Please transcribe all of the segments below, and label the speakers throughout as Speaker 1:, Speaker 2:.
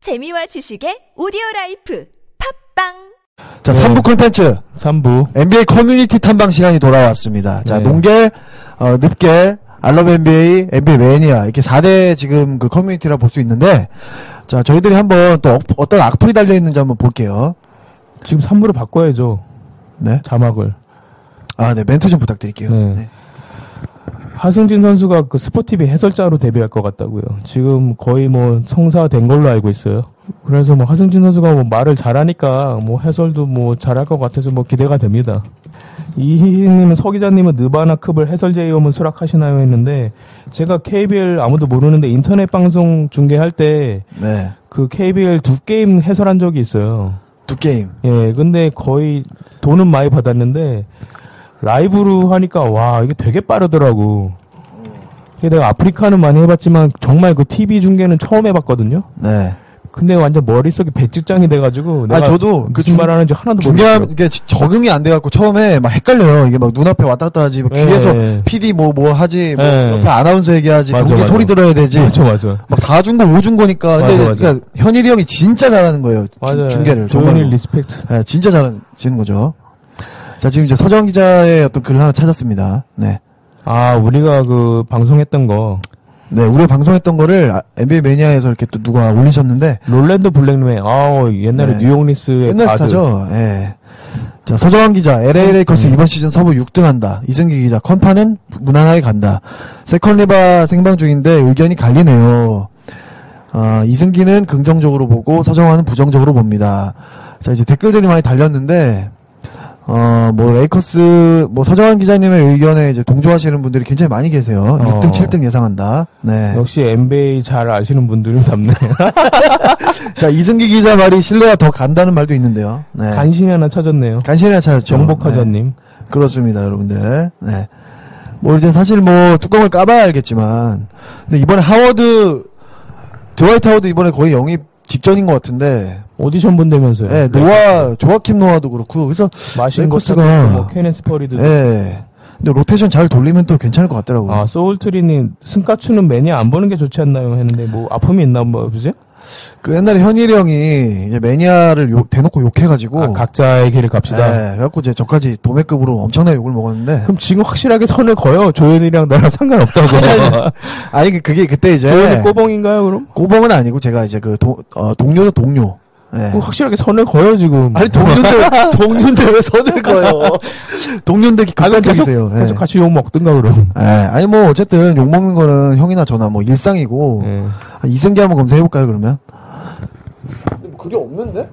Speaker 1: 재미와 지식의 오디오 라이프 팝빵
Speaker 2: 자,
Speaker 3: 네.
Speaker 2: 3부 콘텐츠
Speaker 3: 3부.
Speaker 2: NBA 커뮤니티 탐방 시간이 돌아왔습니다. 자,
Speaker 3: 네.
Speaker 2: 농계, 어, 늪계, 알럽 NBA, NBA 매니아 이렇게 4대 지금 그 커뮤니티라 볼 수 있는데 자, 저희들이 한번 또 어, 떤 악플이 달려 있는지 한번 볼게요.
Speaker 3: 지금 3부로 바꿔야죠.
Speaker 2: 네.
Speaker 3: 자막을.
Speaker 2: 아, 네. 멘트 좀 부탁드릴게요.
Speaker 3: 네.
Speaker 2: 네.
Speaker 3: 하승진 선수가 그 스포티비 해설자로 데뷔할 것 같다고요. 지금 거의 뭐 성사된 걸로 알고 있어요. 그래서 뭐 하승진 선수가 뭐 말을 잘하니까 뭐 해설도 뭐 잘할 것 같아서 뭐 기대가 됩니다. 이희님은 서 기자님은 느바나 컵을 해설 제의원은 수락하시나요 했는데 제가 KBL 아무도 모르는데 인터넷 방송 중계할 때 그
Speaker 2: 네.
Speaker 3: KBL 두 게임 해설한 적이 있어요.
Speaker 2: 두 게임.
Speaker 3: 예, 근데 거의 돈은 많이 받았는데 라이브로 하니까 와 이게 되게 빠르더라고. 이게 내가 아프리카는 많이 해봤지만 정말 그 TV 중계는 처음 해봤거든요.
Speaker 2: 네.
Speaker 3: 근데 완전 머릿속이 배직장이 돼가지고 내가
Speaker 2: 저도 그
Speaker 3: 무슨
Speaker 2: 중-
Speaker 3: 말 하는지 하나도
Speaker 2: 중요한
Speaker 3: 모르겠어요.
Speaker 2: 게 지- 적응이 안 돼 갖고 처음에 막 헷갈려요. 이게 막 눈앞에 왔다 갔다 하지 막
Speaker 3: 예,
Speaker 2: 귀에서
Speaker 3: 예.
Speaker 2: PD 뭐 뭐 하지 뭐
Speaker 3: 예.
Speaker 2: 옆에 아나운서 얘기하지
Speaker 3: 맞아,
Speaker 2: 경기
Speaker 3: 맞아.
Speaker 2: 소리 들어야 되지.
Speaker 3: 맞아 맞아.
Speaker 2: 막 4중고 5중고니까 근데
Speaker 3: 맞아, 맞아.
Speaker 2: 그러니까 현일이 형이 진짜 잘하는 거예요. 주-
Speaker 3: 맞아요.
Speaker 2: 중계를 정말.
Speaker 3: 조은일 리스펙트.
Speaker 2: 예, 진짜 잘하는 거죠. 자, 지금 이제 서정 기자의 어떤 글을 하나 찾았습니다. 네.
Speaker 3: 아 우리가 그 방송했던 거
Speaker 2: 네, 우리 방송했던 거를 아, NBA 매니아에서 이렇게 또 누가 올리셨는데
Speaker 3: 롤랜드 블랙맨. 아우 옛날에
Speaker 2: 네.
Speaker 3: 뉴욕 리스의
Speaker 2: 옛날
Speaker 3: 가드.
Speaker 2: 스타죠. 예. 자, 서정환 기자,
Speaker 3: 네.
Speaker 2: LA 레이커스 이번 시즌 서부 6등한다. 이승기 기자, 컨파는 무난하게 간다. 세컨리바 생방 중인데 의견이 갈리네요. 아, 이승기는 긍정적으로 보고 서정환은 부정적으로 봅니다. 자, 이제 댓글들이 많이 달렸는데 어, 뭐 레이커스 뭐 서정환 기자님의 의견에 이제 동조하시는 분들이 굉장히 많이 계세요.
Speaker 3: 어.
Speaker 2: 6등, 7등 예상한다. 네.
Speaker 3: 역시 NBA 잘 아시는 분들을 잡네.
Speaker 2: 자, 이승기 기자 말이 신뢰가 더 간다는 말도 있는데요. 네.
Speaker 3: 간신히 하나 찾았네요.
Speaker 2: 간신히 찾았죠. 네.
Speaker 3: 정복하자님.
Speaker 2: 그렇습니다, 여러분들. 네. 뭐 이제 사실 뭐 뚜껑을 까봐야 알겠지만, 근데 이번에 하워드 드와이트 하워드 이번에 거의 영입 직전인 것 같은데,
Speaker 3: 오디션 본다면서요.
Speaker 2: 예, 노아 조아킴 노아도 그렇고, 그래서
Speaker 3: 마신
Speaker 2: 레이커스가-
Speaker 3: 것가 뭐 케네스 퍼리드.
Speaker 2: 예. 근데 로테이션 잘 돌리면 또 괜찮을 것 같더라고요.
Speaker 3: 아 소울트리님 승가추는 매니아 안 보는 게 좋지 않나요 했는데 뭐 아픔이 있나 뭐 그지?
Speaker 2: 그 옛날에 현일이 형이 이제 매니아를 욕- 대놓고 욕해가지고,
Speaker 3: 아, 각자의 길을 갑시다.
Speaker 2: 예, 그래갖고 이제 저까지 도매급으로 엄청나게 욕을 먹었는데,
Speaker 3: 그럼 지금 확실하게 선을 거요. 조연이랑 나랑 상관없다고.
Speaker 2: 아니 네. 그- 그게 그때 이제
Speaker 3: 조연이 꼬봉인가요 그럼?
Speaker 2: 꼬봉은 아니고 제가 이제 그 동, 어, 동료죠 동료. 예.
Speaker 3: 그럼 확실하게 선을 거요 지금.
Speaker 2: 아니 동료인데 동료인데 왜 선을 거요? 동료인데
Speaker 3: 아, 그럼 계속
Speaker 2: 극단적이세요. 예.
Speaker 3: 계속 같이 욕 먹든가 그럼.
Speaker 2: 예, 아니 뭐 어쨌든 욕 먹는 거는 형이나 저나 뭐 일상이고
Speaker 3: 예.
Speaker 2: 아, 이승기 한번 검색해 볼까요 그러면? 근데 뭐 그게 없는데?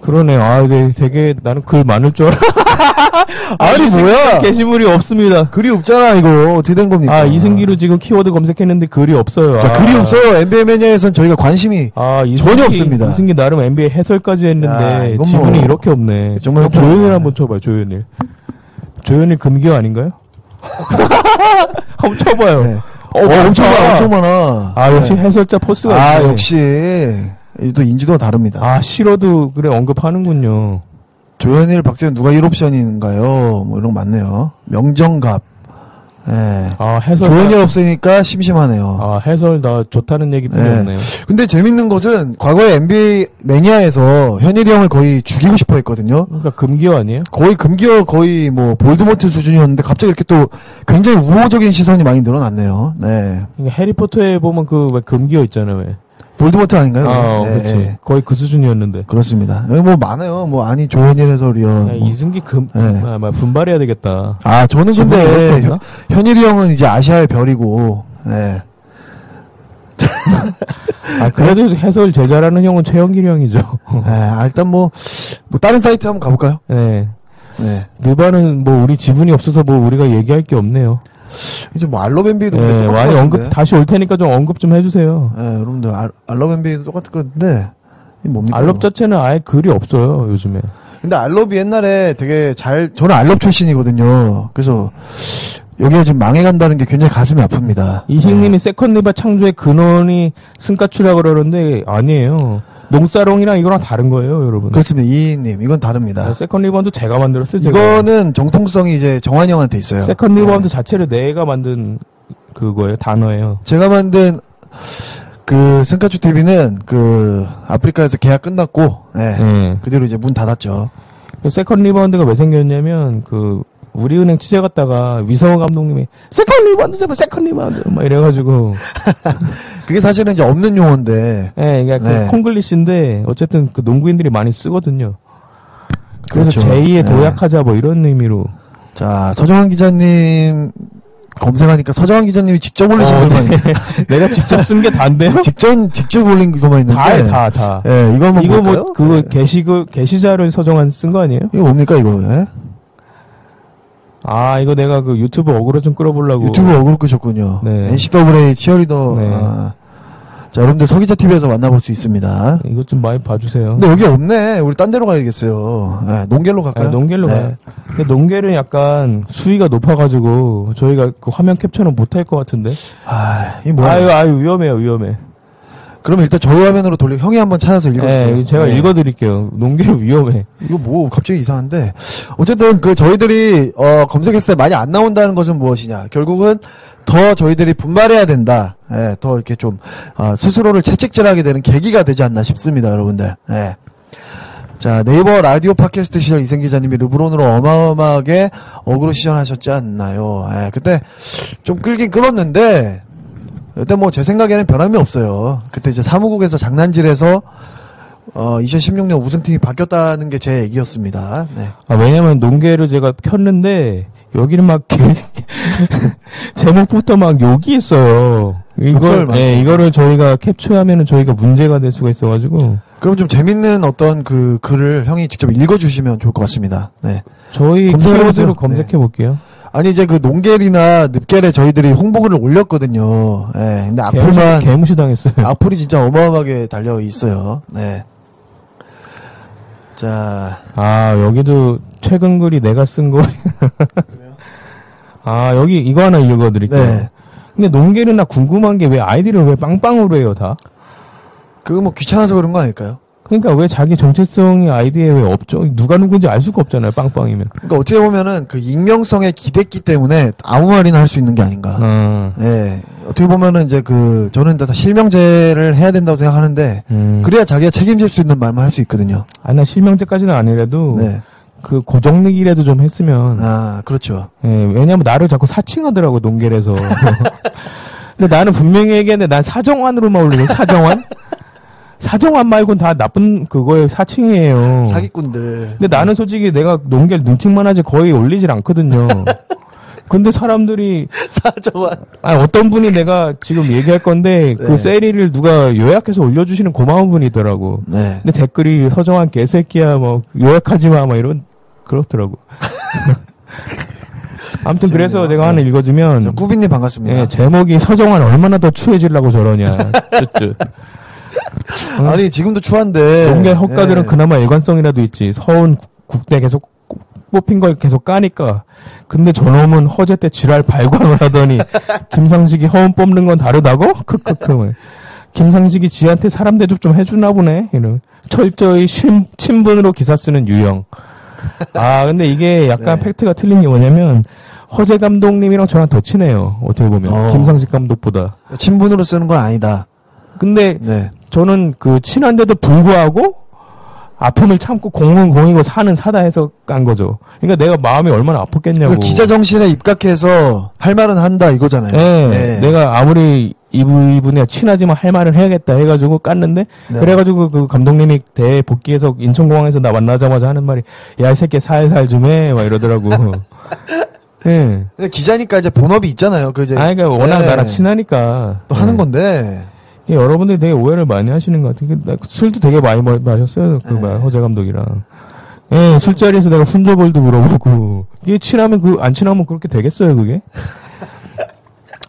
Speaker 3: 그러네. 아 되게, 되게 나는 글 많을 줄 알아.
Speaker 2: 아니,
Speaker 3: 이승기
Speaker 2: 뭐야?
Speaker 3: 게시물이 없습니다.
Speaker 2: 글이 없잖아 이거 어떻게 된 겁니까?
Speaker 3: 아 이승기로 지금 키워드 검색했는데 글이 없어요.
Speaker 2: 그러니까. 자
Speaker 3: 아.
Speaker 2: 글이 없어요 NBA 매니아에선 저희가 관심이
Speaker 3: 아, 이승기,
Speaker 2: 전혀 없습니다.
Speaker 3: 이승기 나름 NBA 해설까지
Speaker 2: 야,
Speaker 3: 했는데
Speaker 2: 이건
Speaker 3: 지분이
Speaker 2: 뭐
Speaker 3: 이렇게 없네.
Speaker 2: 정말
Speaker 3: 그럼 조현일
Speaker 2: 좀-
Speaker 3: 한번 쳐봐요, 조현일. 조현일 금기어 아닌가요? 한번 쳐봐요.
Speaker 2: 네.
Speaker 3: 어,
Speaker 2: 어, 엄청 많아
Speaker 3: 많다.
Speaker 2: 엄청 많아.
Speaker 3: 아, 역시
Speaker 2: 네.
Speaker 3: 해설자 포스가
Speaker 2: 아
Speaker 3: 있네.
Speaker 2: 역시 이또 인지도가 다릅니다.
Speaker 3: 아, 싫어도 그래 언급하는군요.
Speaker 2: 조현일, 박세현 누가 1옵션인가요? 뭐 이런 거 많네요. 명정갑. 예.
Speaker 3: 아, 해설
Speaker 2: 조현이 없으니까 심심하네요.
Speaker 3: 아, 해설 나 좋다는 얘기뿐이
Speaker 2: 네.
Speaker 3: 없네요.
Speaker 2: 근데 재밌는 것은 과거에 NBA 매니아에서 현일이 형을 거의 죽이고 싶어 했거든요.
Speaker 3: 그러니까 금기어 아니에요?
Speaker 2: 거의 금기어 거의 뭐 볼드모트 수준이었는데 갑자기 이렇게 또 굉장히 우호적인 시선이 많이 늘어났네요. 네.
Speaker 3: 그러니까 해리포터에 보면 그 왜 금기어 있잖아요, 왜.
Speaker 2: 볼드모트 아닌가요?
Speaker 3: 아,
Speaker 2: 네,
Speaker 3: 그치
Speaker 2: 네.
Speaker 3: 거의 그 수준이었는데.
Speaker 2: 그렇습니다. 여기 뭐 많아요. 뭐 아니 조현일 해설이요.
Speaker 3: 야,
Speaker 2: 뭐.
Speaker 3: 이승기 금
Speaker 2: 네.
Speaker 3: 아, 막 분발해야 되겠다.
Speaker 2: 아 저는
Speaker 3: 지분이
Speaker 2: 근데
Speaker 3: 이렇게 없나?
Speaker 2: 현- 현일이 형은 이제 아시아의 별이고. 네.
Speaker 3: 아, 그래도 해설 제일 잘하는 형은 최영길 형이죠.
Speaker 2: 네, 아, 일단 뭐, 뭐 다른 사이트 한번 가볼까요?
Speaker 3: 네.
Speaker 2: 네.
Speaker 3: 느바는 뭐 우리 지분이 없어서 뭐 우리가 얘기할 게 없네요.
Speaker 2: 이제 뭐 알로벤비도
Speaker 3: 네, 많이 언급 다시 올 테니까 좀 언급 좀 해주세요.
Speaker 2: 예, 여러분들 알, 알로벤비도 똑같을 건데 이 뭡니까?
Speaker 3: 알럽
Speaker 2: 이거?
Speaker 3: 자체는 아예 글이 없어요 요즘에.
Speaker 2: 근데 알로비 옛날에 되게 잘 저는 알럽 출신이거든요. 그래서 여기가 지금 망해간다는 게 굉장히 가슴이 아픕니다.
Speaker 3: 이희님이 세컨리바 창조의 근원이 승가추라 그러는데 아니에요. 농사롱이랑 이거랑 다른 거예요 여러분.
Speaker 2: 그렇습니다, 이님 이건 다릅니다.
Speaker 3: 아, 세컨리바운드 제가 만들었어요. 제가.
Speaker 2: 이거는 정통성이 이제 정환 형한테 있어요. 네.
Speaker 3: 세컨리바운드 자체를 내가 만든 그거예요 단어예요.
Speaker 2: 제가 만든 그 승카츄 TV는 그 아프리카에서 계약 끝났고 예.
Speaker 3: 예.
Speaker 2: 그대로 이제 문 닫았죠.
Speaker 3: 그 세컨 리바운드가 왜 생겼냐면 그 우리은행 취재 갔다가 위성호 감독님이 세컨 리바운드 잡아 세컨 리바운드 막 이래가지고
Speaker 2: 그게 사실은 이제 없는 용어인데
Speaker 3: 예, 그러니까 그
Speaker 2: 네.
Speaker 3: 콩글리시인데 어쨌든 그 농구인들이 많이 쓰거든요. 그래서
Speaker 2: 그렇죠.
Speaker 3: 제2의
Speaker 2: 예.
Speaker 3: 도약하자 뭐 이런 의미로
Speaker 2: 자 서정환 기자님 검색하니까 서정환 기자님이 직접 올리신
Speaker 3: 어,
Speaker 2: 것만
Speaker 3: 내가 직접 쓴 게 다인데요?
Speaker 2: 뭐 직접 직접 올린 그것만 있는데
Speaker 3: 다에 다 다.
Speaker 2: 예 이거 한번
Speaker 3: 이거
Speaker 2: 볼까요?
Speaker 3: 뭐 그거
Speaker 2: 예.
Speaker 3: 게시글 게시자를 서정한 쓴 거 아니에요?
Speaker 2: 이거 뭡니까 이거 예?
Speaker 3: 아 이거 내가 그 유튜브 어그로 좀 끌어보려고.
Speaker 2: 유튜브 어그로 끄셨군요.
Speaker 3: 네.
Speaker 2: NCAA 치어리더.
Speaker 3: 네.
Speaker 2: 아. 자, 여러분들 서기자 TV에서 만나볼 수 있습니다.
Speaker 3: 이거 좀 많이 봐주세요.
Speaker 2: 근데 여기 없네. 우리 딴 데로 가야겠어요. 예, 농계로
Speaker 3: 아,
Speaker 2: 갈까요?
Speaker 3: 농겔로
Speaker 2: 네.
Speaker 3: 가요. 근데 농겔은 약간 수위가 높아가지고 저희가 그 화면 캡처는 못할 것 같은데.
Speaker 2: 아, 이 뭐야?
Speaker 3: 아유 아유 위험해요 위험해.
Speaker 2: 그러면 일단 저희 화면으로 돌려 형이 한번 찾아서 읽어주세요.
Speaker 3: 예, 제가
Speaker 2: 네.
Speaker 3: 읽어드릴게요. 농겔은 위험해.
Speaker 2: 이거 뭐 갑자기 이상한데 어쨌든 그 저희들이 어, 검색했을 때 많이 안 나온다는 것은 무엇이냐 결국은 더 저희들이 분발해야 된다 예, 더 이렇게 좀 아, 스스로를 채찍질하게 되는 계기가 되지 않나 싶습니다 여러분들 예. 자 네이버 라디오 팟캐스트 시절 이생 기자님이 르브론으로 어마어마하게 어그로 시전하셨지 않나요 예, 그때 좀 끌긴 끌었는데 그때 뭐 제 생각에는 변함이 없어요 그때 이제 사무국에서 장난질해서 어, 2016년 우승팀이 바뀌었다는 게 제 얘기였습니다. 네.
Speaker 3: 아, 왜냐면 농계를 제가 켰는데 여기는 막 개- 제목부터 막 욕이 있어요.
Speaker 2: 욕설
Speaker 3: 이걸
Speaker 2: 많이
Speaker 3: 예, 이거를 저희가 캡처하면은 저희가 문제가 될 수가 있어가지고
Speaker 2: 그럼 좀 재밌는 어떤 그 글을 형이 직접 읽어주시면 좋을 것 같습니다. 네.
Speaker 3: 저희
Speaker 2: 검색해보세요.
Speaker 3: 키워드로
Speaker 2: 네.
Speaker 3: 검색해 볼게요.
Speaker 2: 아니, 이제 그 농겔이나 늪겔에 저희들이 홍보글을 올렸거든요. 예. 근데 악플만,
Speaker 3: 개무시 당했어요.
Speaker 2: 악플이 진짜 어마어마하게 달려 있어요. 네. 자,
Speaker 3: 아 여기도 최근 글이 내가 쓴 거. 아 여기 이거 하나 읽어드릴게요.
Speaker 2: 네.
Speaker 3: 근데 농계는 나 궁금한 게 왜 아이디를 왜 빵빵으로 해요 다?
Speaker 2: 그거 뭐 귀찮아서 그런 거 아닐까요?
Speaker 3: 그러니까 왜 자기 정체성이 아이디에 왜 없죠? 누가 누군지 알 수가 없잖아요 빵빵이면.
Speaker 2: 그러니까 어떻게 보면은 그 익명성에 기댔기 때문에 아무 말이나 할 수 있는 게 아닌가.
Speaker 3: 아,
Speaker 2: 예. 어떻게 보면은 이제 그 저는 다 실명제를 해야 된다고 생각하는데
Speaker 3: 음.
Speaker 2: 그래야 자기가 책임질 수 있는 말만 할 수 있거든요.
Speaker 3: 아, 나 실명제까지는 아니라도
Speaker 2: 네.
Speaker 3: 그 고정리기라도 좀 했으면
Speaker 2: 아, 그렇죠.
Speaker 3: 예, 왜냐면 나를 자꾸 사칭하더라고 농계에서 근데 나는 분명히 얘기했는데 난 사정환으로만 올리고 사정환 사정환 말고는 다 나쁜 그거에 사칭이에요
Speaker 2: 사기꾼들.
Speaker 3: 근데 나는 솔직히 내가 농계를 눈팅만 하지 거의 올리질 않거든요 근데 사람들이
Speaker 2: 사정환.
Speaker 3: 아 어떤 분이 내가 지금 얘기할 건데
Speaker 2: 네.
Speaker 3: 그 세리를 누가 요약해서 올려주시는 고마운 분이더라고
Speaker 2: 네.
Speaker 3: 근데 댓글이 서정한 개새끼야 뭐 요약하지 마 막 이런 그렇더라고. 아무튼 그래서
Speaker 2: 재밌네요.
Speaker 3: 내가 하나
Speaker 2: 저
Speaker 3: 읽어주면
Speaker 2: 꾸비님 반갑습니다.
Speaker 3: 예, 제목이 서정한 얼마나 더 추해지려고 저러냐. 쯧쯧.
Speaker 2: 아니, 지금도 추한데.
Speaker 3: 공개 헛가들은
Speaker 2: 예.
Speaker 3: 그나마 일관성이라도 있지. 서운 국- 국대 계속 꾸- 뽑힌 걸 계속 까니까. 근데 저놈은 허제 때 지랄 발광을 하더니 김상식이 허운 뽑는 건 다르다고? 크크크. 김상식이 지한테 사람 대접 좀 해주나 보네. 이런 철저히 심- 친분으로 기사 쓰는 유형. 아 근데 이게 약간
Speaker 2: 네.
Speaker 3: 팩트가 틀린 게 뭐냐면 허재 감독님이랑 저랑 더 친해요. 어떻게 보면
Speaker 2: 어.
Speaker 3: 김상식 감독보다.
Speaker 2: 친분으로 쓰는 건 아니다.
Speaker 3: 근데
Speaker 2: 네.
Speaker 3: 저는 그 친한데도 불구하고 아픔을 참고 공은 공이고 사는 사다 해서 깐 거죠. 그러니까 내가 마음이 얼마나 아팠겠냐고.
Speaker 2: 그 기자 정신에 입각해서 할 말은 한다 이거잖아요.
Speaker 3: 예,
Speaker 2: 예.
Speaker 3: 내가 아무리 이분이랑 친하지만 할 말은 해야겠다 해가지고 깠는데
Speaker 2: 네.
Speaker 3: 그래가지고 그 감독님이 대회 복귀해서 인천공항에서 나 만나자마자 하는 말이 야 이 새끼 살살 좀 해 막 이러더라고. 예.
Speaker 2: 근데 기자니까 이제 본업이 있잖아요. 그 이제
Speaker 3: 아 그러니까 워낙
Speaker 2: 예.
Speaker 3: 나랑 친하니까
Speaker 2: 또 하는
Speaker 3: 예.
Speaker 2: 건데.
Speaker 3: 이게 예, 여러분들이 되게 오해를 많이 하시는 것 같아요. 나 술도 되게 많이 마- 마셨어요.
Speaker 2: 네.
Speaker 3: 그 마- 허재 감독이랑. 예, 술자리에서 내가 훈저벌도 물어보고. 이게 친하면 그, 안 친하면 그렇게 되겠어요, 그게?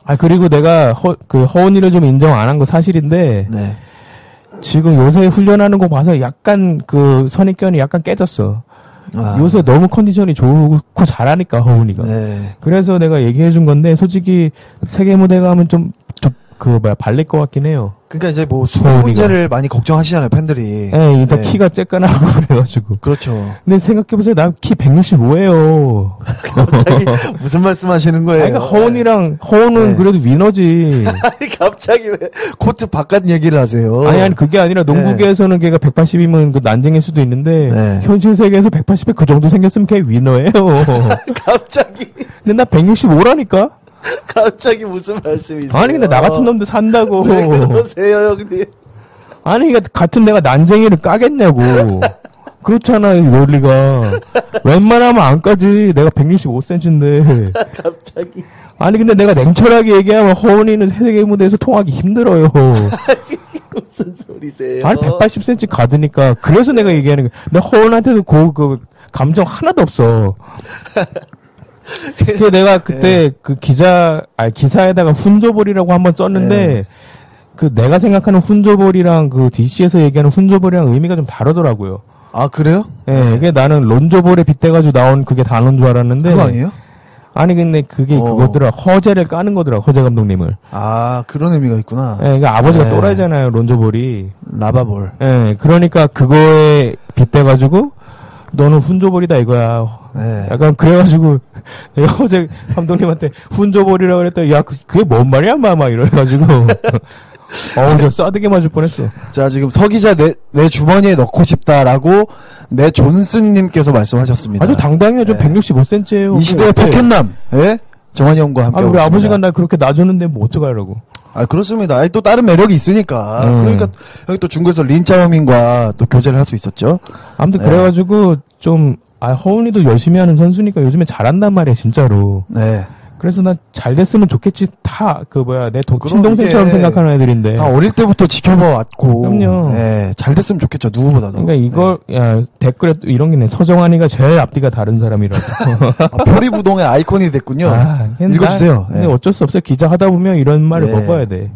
Speaker 3: 아, 그리고 내가 허, 그 허언이를 좀 인정 안 한 거 사실인데,
Speaker 2: 네.
Speaker 3: 지금 요새 훈련하는 거 봐서 약간 그 선입견이 약간 깨졌어.
Speaker 2: 아,
Speaker 3: 요새 너무 컨디션이 좋고 잘하니까, 허훈이가.
Speaker 2: 네.
Speaker 3: 그래서 내가 얘기해 준 건데 솔직히 세계 무대 가면 좀, 좀 그 뭐야 발릴 것 같긴 해요.
Speaker 2: 그러니까 이제 뭐 수호
Speaker 3: 서울이가.
Speaker 2: 문제를 많이 걱정하시잖아요 팬들이.
Speaker 3: 예, 일단
Speaker 2: 네.
Speaker 3: 키가 쬐끈하고 그래가지고.
Speaker 2: 그렇죠.
Speaker 3: 근데 생각해보세요. 나 키 165예요.
Speaker 2: 갑자기 무슨 말씀하시는 거예요?
Speaker 3: 그러니까 허원이랑 허원은
Speaker 2: 네.
Speaker 3: 그래도 위너지.
Speaker 2: 아니, 갑자기 왜 코트 바깥 얘기를 하세요?
Speaker 3: 아니 아니 그게 아니라 농구계에서는 걔가 180이면 그 난쟁일 수도 있는데
Speaker 2: 네.
Speaker 3: 현실 세계에서 180에 그 정도 생겼으면 걔 위너예요.
Speaker 2: 갑자기
Speaker 3: 근데 나 165라니까.
Speaker 2: 갑자기 무슨 말씀이세요?
Speaker 3: 아니 근데 나 같은 놈도 뭐. 산다고.
Speaker 2: 왜 어. 네, 그러세요 형님?
Speaker 3: 아니 그러니까 같은 내가 난쟁이를 까겠냐고. 그렇잖아 이 논리가. 웬만하면 안 까지. 내가 165cm인데.
Speaker 2: 갑자기
Speaker 3: 아니 근데 내가 냉철하게 얘기하면 허은이는 세계 무대에서 통하기 힘들어요.
Speaker 2: 무슨 소리세요?
Speaker 3: 아니 180cm 가드니까 그래서
Speaker 2: 네.
Speaker 3: 내가 얘기하는 거야. 내 허은한테도 그, 그 감정 하나도 없어. 그래서 내가
Speaker 2: 네.
Speaker 3: 그때 그 기자 아 기사에다가 훈조볼이라고 한번 썼는데
Speaker 2: 네.
Speaker 3: 그 내가 생각하는 훈조볼이랑 그 DC에서 얘기하는 훈조볼이랑 의미가 좀 다르더라고요.
Speaker 2: 아 그래요?
Speaker 3: 예, 이게 나는 론조볼에 빗대가지고 나온 그게 단어인 줄 알았는데
Speaker 2: 그거 아니에요?
Speaker 3: 아니, 근데 그게
Speaker 2: 어.
Speaker 3: 그거더라 허재를 까는 거더라 허재 감독님을.
Speaker 2: 아 그런 의미가 있구나.
Speaker 3: 예, 그러니까 아버지가
Speaker 2: 네.
Speaker 3: 또라이잖아요, 론조볼이.
Speaker 2: 라바볼.
Speaker 3: 예, 그러니까 그거에 빗대가지고, 너는 훈조볼이다 이거야.
Speaker 2: 네.
Speaker 3: 약간 그래가지고, 내가 어제 감독님한테 훈조볼이라 그랬더니, 야, 그- 그게 뭔 말이야, 마, 막 이래가지고. 어우, 저 싸대기 맞을 뻔했어.
Speaker 2: 자 지금 서 기자 내, 내 주머니에 넣고 싶다라고 내 존슨님께서 말씀하셨습니다.
Speaker 3: 아주 당당해요. 저
Speaker 2: 네.
Speaker 3: 165cm예요.
Speaker 2: 이 시대의 백현남, 예? 정환이 형과 함께.
Speaker 3: 아, 우리
Speaker 2: 오셨습니다.
Speaker 3: 아버지가 날 그렇게 놔줬는데 뭐 어떡하려고.
Speaker 2: 아, 그렇습니다. 아니, 또 다른 매력이 있으니까.
Speaker 3: 음.
Speaker 2: 그러니까, 여기 또 중국에서 린짜오민과 또 교제를 할 수 있었죠.
Speaker 3: 아무튼
Speaker 2: 네.
Speaker 3: 그래가지고 좀 아, 허은이도 열심히 하는 선수니까 요즘에 잘한단 말이야 진짜로.
Speaker 2: 네.
Speaker 3: 그래서 나 잘 됐으면 좋겠지 다 그 뭐야 내 동,
Speaker 2: 그럼
Speaker 3: 친동생처럼
Speaker 2: 이게
Speaker 3: 생각하는 애들인데.
Speaker 2: 다 아, 어릴 때부터 지켜봐 왔고.
Speaker 3: 예. 그럼요.
Speaker 2: 예, 잘 됐으면 좋겠죠. 누구보다도.
Speaker 3: 그러니까 이걸
Speaker 2: 네.
Speaker 3: 야, 댓글에 또 이런 게네 서정환이가 제일 앞뒤가 다른 사람이라고.
Speaker 2: 아, 포리부동의 아이콘이 됐군요.
Speaker 3: 아, 근데
Speaker 2: 읽어주세요.
Speaker 3: 나- 근데
Speaker 2: 예.
Speaker 3: 어쩔 수 없어요. 기자 하다 보면 이런 말을
Speaker 2: 예.
Speaker 3: 먹어야 돼.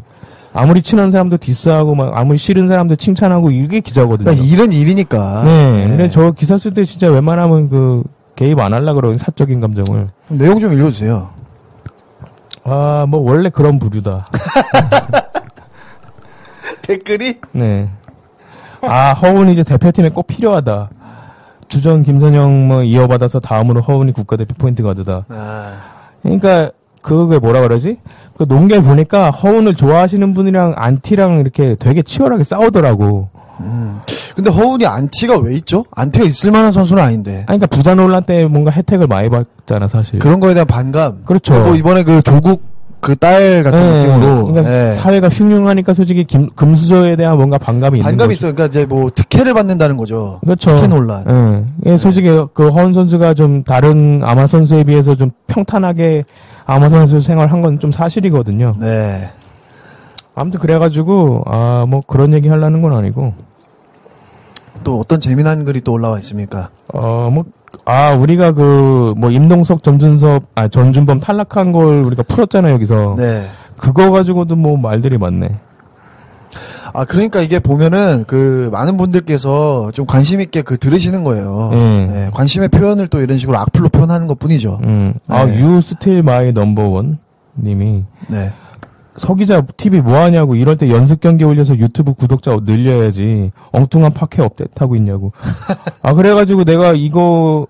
Speaker 3: 아무리 친한 사람도 디스하고 막 아무리 싫은 사람도 칭찬하고 이게 기자거든요.
Speaker 2: 그러니까 일은 일이니까.
Speaker 3: 네.
Speaker 2: 예.
Speaker 3: 근데 저 기사 쓸 때 진짜 웬만하면 그 개입 안 하려 그러는 사적인 감정을.
Speaker 2: 내용 좀 읽어주세요.
Speaker 3: 아, 뭐 원래 그런 부류다.
Speaker 2: 댓글이?
Speaker 3: 네. 아, 허훈이 이제 대표팀에 꼭 필요하다. 주전 김선영 뭐 이어받아서 다음으로 허훈이 국가대표 포인트 가드다.
Speaker 2: 아,
Speaker 3: 그러니까 그게 뭐라 그러지? 그 농계 보니까 허훈을 좋아하시는 분이랑 안티랑 이렇게 되게 치열하게 싸우더라고.
Speaker 2: 근데 허훈이 안티가 왜 있죠? 안티가 있을 만한 선수는 아닌데.
Speaker 3: 아니, 그러니까 부자 논란 때 뭔가 혜택을 많이 받잖아, 사실.
Speaker 2: 그런 거에 대한 반감.
Speaker 3: 그렇죠.
Speaker 2: 그리고 이번에 그 조국 그 딸 같은
Speaker 3: 예,
Speaker 2: 느낌으로.
Speaker 3: 그러니까
Speaker 2: 예.
Speaker 3: 사회가 흉흉하니까 솔직히 김, 금수저에 대한 뭔가 반감이 있는
Speaker 2: 반감이
Speaker 3: 거죠.
Speaker 2: 있어요. 그러니까 이제 뭐 특혜를 받는다는 거죠.
Speaker 3: 그렇죠.
Speaker 2: 특혜 논란.
Speaker 3: 예. 예, 솔직히 그 허은 선수가 좀 다른 아마 선수에 비해서 좀 평탄하게 아마 선수 생활한 건 좀 사실이거든요.
Speaker 2: 네.
Speaker 3: 아무튼 그래가지고 아 뭐 그런 얘기 하려는 건 아니고
Speaker 2: 또 어떤 재미난 글이 또 올라와 있습니까?
Speaker 3: 어 뭐 아 우리가 그 뭐 임동석 전준섭 아 전준범 탈락한 걸 우리가 풀었잖아요 여기서
Speaker 2: 네.
Speaker 3: 그거 가지고도 뭐 말들이 많네.
Speaker 2: 아 그러니까 이게 보면은 그 많은 분들께서 좀 관심 있게 그 들으시는 거예요.
Speaker 3: 음.
Speaker 2: 네, 관심의 표현을 또 이런 식으로 악플로 표현하는 것뿐이죠.
Speaker 3: 음아
Speaker 2: 네.
Speaker 3: You Still My Number One 님이
Speaker 2: 네.
Speaker 3: 서기자 TV 뭐 하냐고 이럴 때 연습 경기 올려서 유튜브 구독자 늘려야지 엉뚱한 팟캐 업데이트하고 있냐고 아 그래가지고 내가 이거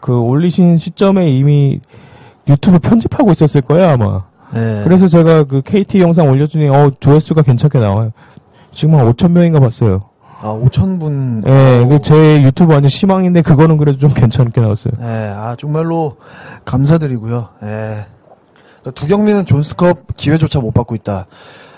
Speaker 3: 그 올리신 시점에 이미 유튜브 편집하고 있었을 거야 아마
Speaker 2: 네.
Speaker 3: 그래서 제가 그 KT 영상 올렸더니 어 조회수가 괜찮게 나와요 지금 한 5천 명인가 봤어요
Speaker 2: 아 5천 분.
Speaker 3: 예, 그제 유튜브 완전 희망인데 그거는 그래도 좀 괜찮게 나왔어요
Speaker 2: 네. 아 정말로 감사드리고요. 네. 그러니까 두경민은 존스컵 기회조차 못 받고 있다.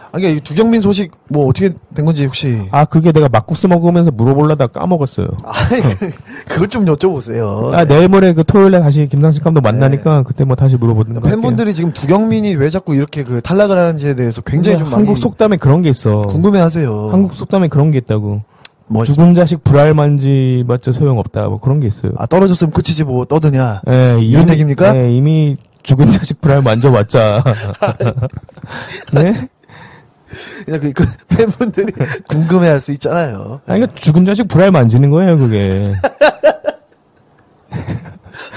Speaker 2: 아, 그러니까 이 두경민 소식 뭐 어떻게 된 건지 혹시
Speaker 3: 아 그게 내가 막국수 먹으면서 물어보려다 까먹었어요
Speaker 2: 아니, 네. 그것 좀 여쭤보세요.
Speaker 3: 아 내일 모레 그 토요일에 다시 김상식 감독 만나니까 그때 뭐 다시 물어보든가
Speaker 2: 네. 그러니까
Speaker 3: 할게요.
Speaker 2: 팬분들이 지금 두경민이 왜 자꾸 이렇게 그 탈락을 하는지에 대해서 굉장히 좀
Speaker 3: 네, 한국
Speaker 2: 많이
Speaker 3: 속담에 그런 게 있어.
Speaker 2: 궁금해하세요.
Speaker 3: 한국 속담에 그런 게 있다고.
Speaker 2: 멋있...
Speaker 3: 죽은 자식 불알만지 맞자 소용없다. 뭐 그런 게 있어요.
Speaker 2: 아 떨어졌으면 끝이지 뭐 떠드냐.
Speaker 3: 예,
Speaker 2: 이런
Speaker 3: 이미-
Speaker 2: 얘기입니까?
Speaker 3: 예, 이미 죽은 자식 불알 만져봤자. 네?
Speaker 2: 그냥 그, 그 팬분들이 궁금해할 수 있잖아요.
Speaker 3: 아니, 그러니까 죽은 자식 불알 만지는 거예요, 그게.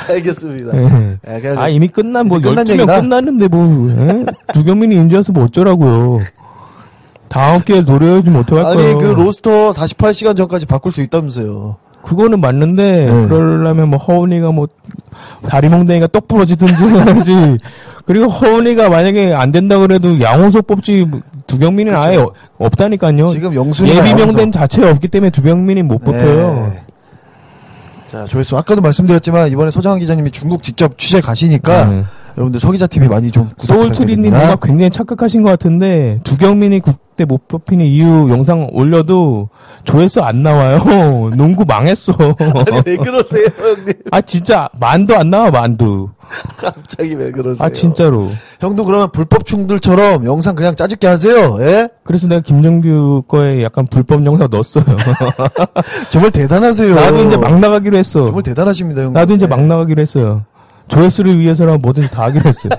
Speaker 2: 알겠습니다.
Speaker 3: 예.
Speaker 2: 예, 그래서
Speaker 3: 아 이미 끝난 뭐
Speaker 2: 이제 끝난
Speaker 3: 12명
Speaker 2: 얘기다?
Speaker 3: 끝났는데 뭐 예? 주경민이 임자수 뭐 어쩌라고요. 다음 기회에 노려야지 뭐 어떡할 거예요.
Speaker 2: 아니 그 로스터 48시간 전까지 바꿀 수 있다면서요.
Speaker 3: 그거는 맞는데
Speaker 2: 네.
Speaker 3: 그러려면 뭐 허은이가 뭐 다리몽댕이가 똑 부러지든지 해야지 그리고 허은이가 만약에 안 된다 그래도 양호석 뽑지 뭐 두경민은 아예
Speaker 2: 그쵸.
Speaker 3: 어- 없다니까요
Speaker 2: 지금 영순이
Speaker 3: 예비명된 자체가 없기 때문에 두경민이 못 붙어요
Speaker 2: 네. 자 조회수 아까도 말씀드렸지만 이번에 서정환 기자님이 중국 직접 취재 가시니까
Speaker 3: 네.
Speaker 2: 여러분들 서 기자 TV 많이 좀 구독
Speaker 3: 소울트리님
Speaker 2: 부탁드립니다.
Speaker 3: 누가 굉장히 착각하신 것 같은데 두경민이 국대 못 뽑히는 이유 영상 올려도 조회수 안 나와요 농구 망했어
Speaker 2: 아니 왜 그러세요 형님?
Speaker 3: 아 진짜 만도 안 나와 만도
Speaker 2: 갑자기 왜 그러세요?
Speaker 3: 아 진짜로
Speaker 2: 형도 그러면 불법 충들처럼 영상 그냥 짜집게 하세요. 예?
Speaker 3: 그래서 내가 김정규 거에 약간 불법 영상 넣었어요.
Speaker 2: 정말 대단하세요.
Speaker 3: 나도 이제 막 나가기로 했어.
Speaker 2: 정말 대단하십니다 예. 형.
Speaker 3: 나도 이제 막 나가기로 했어요. 조회수를 위해서라면 뭐든지 다 하기로 했어요.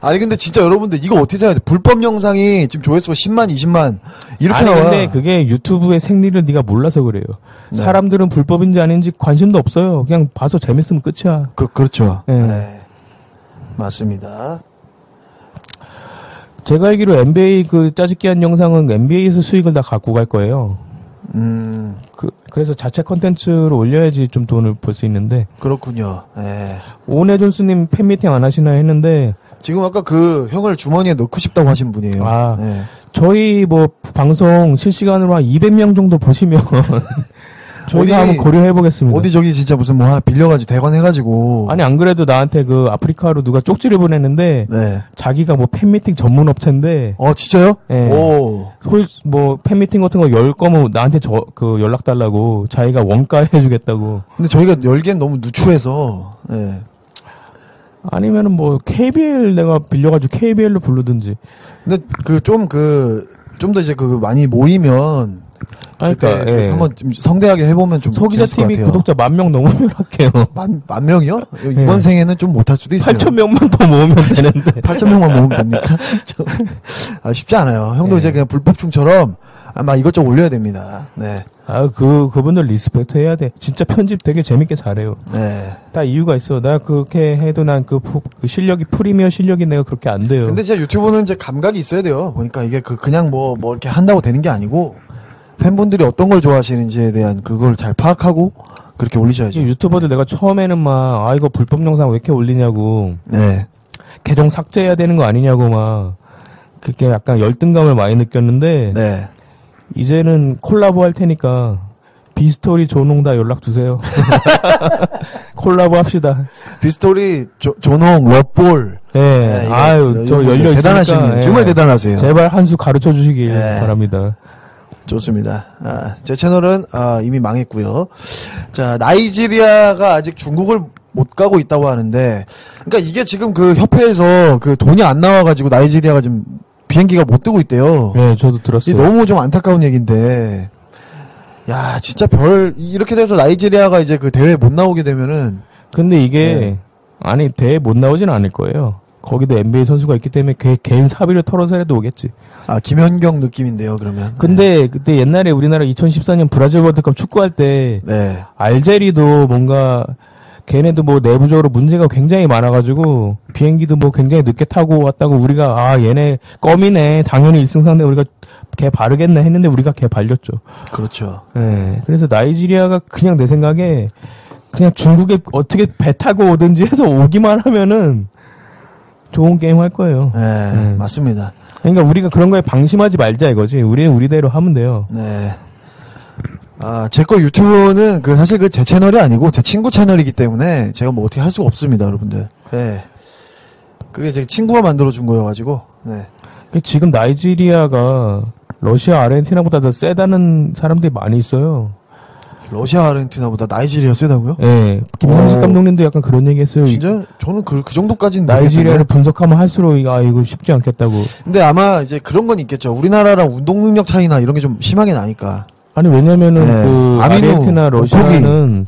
Speaker 2: 아니 근데 진짜 여러분들 이거 어떻게 생각하세요? 불법 영상이 지금 조회수가 10만, 20만 이렇게
Speaker 3: 아니
Speaker 2: 나와.
Speaker 3: 근데 그게 유튜브의 생리를 네가 몰라서 그래요.
Speaker 2: 네.
Speaker 3: 사람들은 불법인지 아닌지 관심도 없어요. 그냥 봐서 재밌으면 끝이야.
Speaker 2: 그 그렇죠.
Speaker 3: 예.
Speaker 2: 네. 맞습니다.
Speaker 3: 제가 알기로 NBA 그 짜집기한 영상은 NBA에서 수익을 다 갖고 갈 거예요.
Speaker 2: 음
Speaker 3: 그, 그래서 자체 컨텐츠로 올려야지 좀 돈을 벌 수 있는데
Speaker 2: 그렇군요. 예.
Speaker 3: 오은혜 존스님 팬미팅 안 하시나 했는데
Speaker 2: 지금 아까 그 형을 주머니에 넣고 싶다고 하신 분이에요.
Speaker 3: 아.
Speaker 2: 예.
Speaker 3: 저희 뭐 방송 실시간으로 한 200명 정도 보시면
Speaker 2: 어디-
Speaker 3: 저희가 한번 고려해 보겠습니다.
Speaker 2: 어디 저기 진짜 무슨 뭐 하나 빌려가지고 대관 해가지고.
Speaker 3: 아니 안 그래도 나한테 그 아프리카로 누가 쪽지를 보냈는데
Speaker 2: 네.
Speaker 3: 자기가 뭐 팬미팅 전문 업체인데
Speaker 2: 어 진짜요?
Speaker 3: 예.
Speaker 2: 오.
Speaker 3: 홀- 뭐 팬미팅 같은 거 열 거면 나한테 저 그 연락 달라고 자기가 원가해 주겠다고
Speaker 2: 근데 저희가 열기엔 너무 누추해서. 예.
Speaker 3: 아니면은 뭐 KBL 내가 빌려가지고 KBL로 부르든지
Speaker 2: 근데 그 좀 그 좀 더 이제 그 많이 모이면
Speaker 3: 아니,
Speaker 2: 그때
Speaker 3: 그러니까 예.
Speaker 2: 한번 좀 성대하게 해보면 좀
Speaker 3: 소기자
Speaker 2: 재밌을 것
Speaker 3: TV
Speaker 2: 같아요.
Speaker 3: 구독자 만 명 넘으면 할게요.
Speaker 2: 만, 만 명이요? 이번
Speaker 3: 예.
Speaker 2: 생에는 좀 못할 수도 있어요.
Speaker 3: 8천 명만 더 모으면 되는데
Speaker 2: 8천 명만 모으면 됩니까? 좀, 아, 쉽지 않아요. 형도
Speaker 3: 예.
Speaker 2: 이제 그냥 불법충처럼 아마 이것저것 올려야 됩니다. 네.
Speaker 3: 아 그 그분들 리스펙트 해야 돼. 진짜 편집 되게 재밌게 잘해요.
Speaker 2: 네.
Speaker 3: 다 이유가 있어. 나 그렇게 해도 난 그 실력이 프리미어 실력이 내가 그렇게 안 돼요.
Speaker 2: 근데 진짜 유튜브는 이제 감각이 있어야 돼요. 보니까 이게 그, 그냥 뭐, 뭐 이렇게 한다고 되는 게 아니고 팬분들이 어떤 걸 좋아하시는지에 대한 그걸 잘 파악하고 그렇게 올리셔야죠.
Speaker 3: 지금 유튜버들 내가 처음에는 막 아 이거 불법 영상 왜 이렇게 올리냐고
Speaker 2: 네.
Speaker 3: 계정 삭제해야 되는 거 아니냐고 막 그렇게 약간 열등감을 많이 느꼈는데
Speaker 2: 네.
Speaker 3: 이제는 콜라보 할 테니까 비스토리 조농 다 연락 주세요. 콜라보 합시다.
Speaker 2: 비스토리, 조, 조농, 러볼.
Speaker 3: 예.
Speaker 2: 네, 이거
Speaker 3: 아유 저
Speaker 2: 여러분들
Speaker 3: 열려
Speaker 2: 대단하십니다.
Speaker 3: 있으니까 예.
Speaker 2: 정말 대단하세요.
Speaker 3: 제발 한 수 가르쳐 주시길
Speaker 2: 예.
Speaker 3: 바랍니다.
Speaker 2: 좋습니다. 아, 제 채널은 아, 이미 망했고요. 자, 나이지리아가 아직 중국을 못 가고 있다고 하는데, 그러니까 이게 지금 그 협회에서 그 돈이 안 나와가지고 나이지리아가 지금 비행기가 못 뜨고 있대요.
Speaker 3: 예, 저도
Speaker 2: 이게
Speaker 3: 들었어요.
Speaker 2: 너무 좀 안타까운 얘기인데, 야, 진짜 별 이렇게 돼서 나이지리아가 이제 그 대회 못 나오게 되면은
Speaker 3: 근데 이게
Speaker 2: 네.
Speaker 3: 아니 대회 못 나오진 않을 거예요. 거기도 NBA 선수가 있기 때문에 걔 개인 사비를 털어서라도 오겠지.
Speaker 2: 아 김현경 느낌인데요, 그러면.
Speaker 3: 근데 그때 옛날에 우리나라 2014년 브라질 월드컵 축구할 때
Speaker 2: 네,
Speaker 3: 알제리도 뭔가 걔네도 뭐 내부적으로 문제가 굉장히 많아가지고 비행기도 뭐 굉장히 늦게 타고 왔다고 우리가 아 얘네 껌이네 당연히 1승 상대 우리가 걔 바르겠네 했는데 우리가 걔 발렸죠.
Speaker 2: 그렇죠.
Speaker 3: 예. 그래서 나이지리아가 그냥 내 생각에 그냥 중국에 어떻게 배 타고 오든지 해서 오기만 하면은 좋은 게임 할 거예요.
Speaker 2: 네,
Speaker 3: 네.
Speaker 2: 맞습니다.
Speaker 3: 그러니까 우리가 그런 거에 방심하지 말자 이거지. 우리는 우리대로 하면 돼요.
Speaker 2: 네. 아, 제 거 유튜브는 그 사실 그 제 채널이 아니고 제 친구 채널이기 때문에 제가 뭐 어떻게 할 수가 없습니다, 여러분들. 네. 그게 제 친구가 만들어준 거여가지고, 네.
Speaker 3: 그 지금 나이지리아가 러시아, 아르헨티나보다 더 세다는 사람들이 많이 있어요.
Speaker 2: 러시아 아르헨티나보다 나이지리아 세다고요?
Speaker 3: 예. 김상식
Speaker 2: 오.
Speaker 3: 감독님도 약간 그런 얘기 했어요.
Speaker 2: 어. 진짜? 저는 그, 그 정도까지는
Speaker 3: 나이지리아를
Speaker 2: 모르겠는데.
Speaker 3: 분석하면 할수록 이거, 아, 이거 쉽지 않겠다고.
Speaker 2: 근데 아마 이제 그런 건 있겠죠. 우리나라랑 운동 능력 차이나 이런 게 좀 심하게 나니까.
Speaker 3: 아니 왜냐면은
Speaker 2: 네.
Speaker 3: 그
Speaker 2: 아미노,
Speaker 3: 아르헨티나 러시아는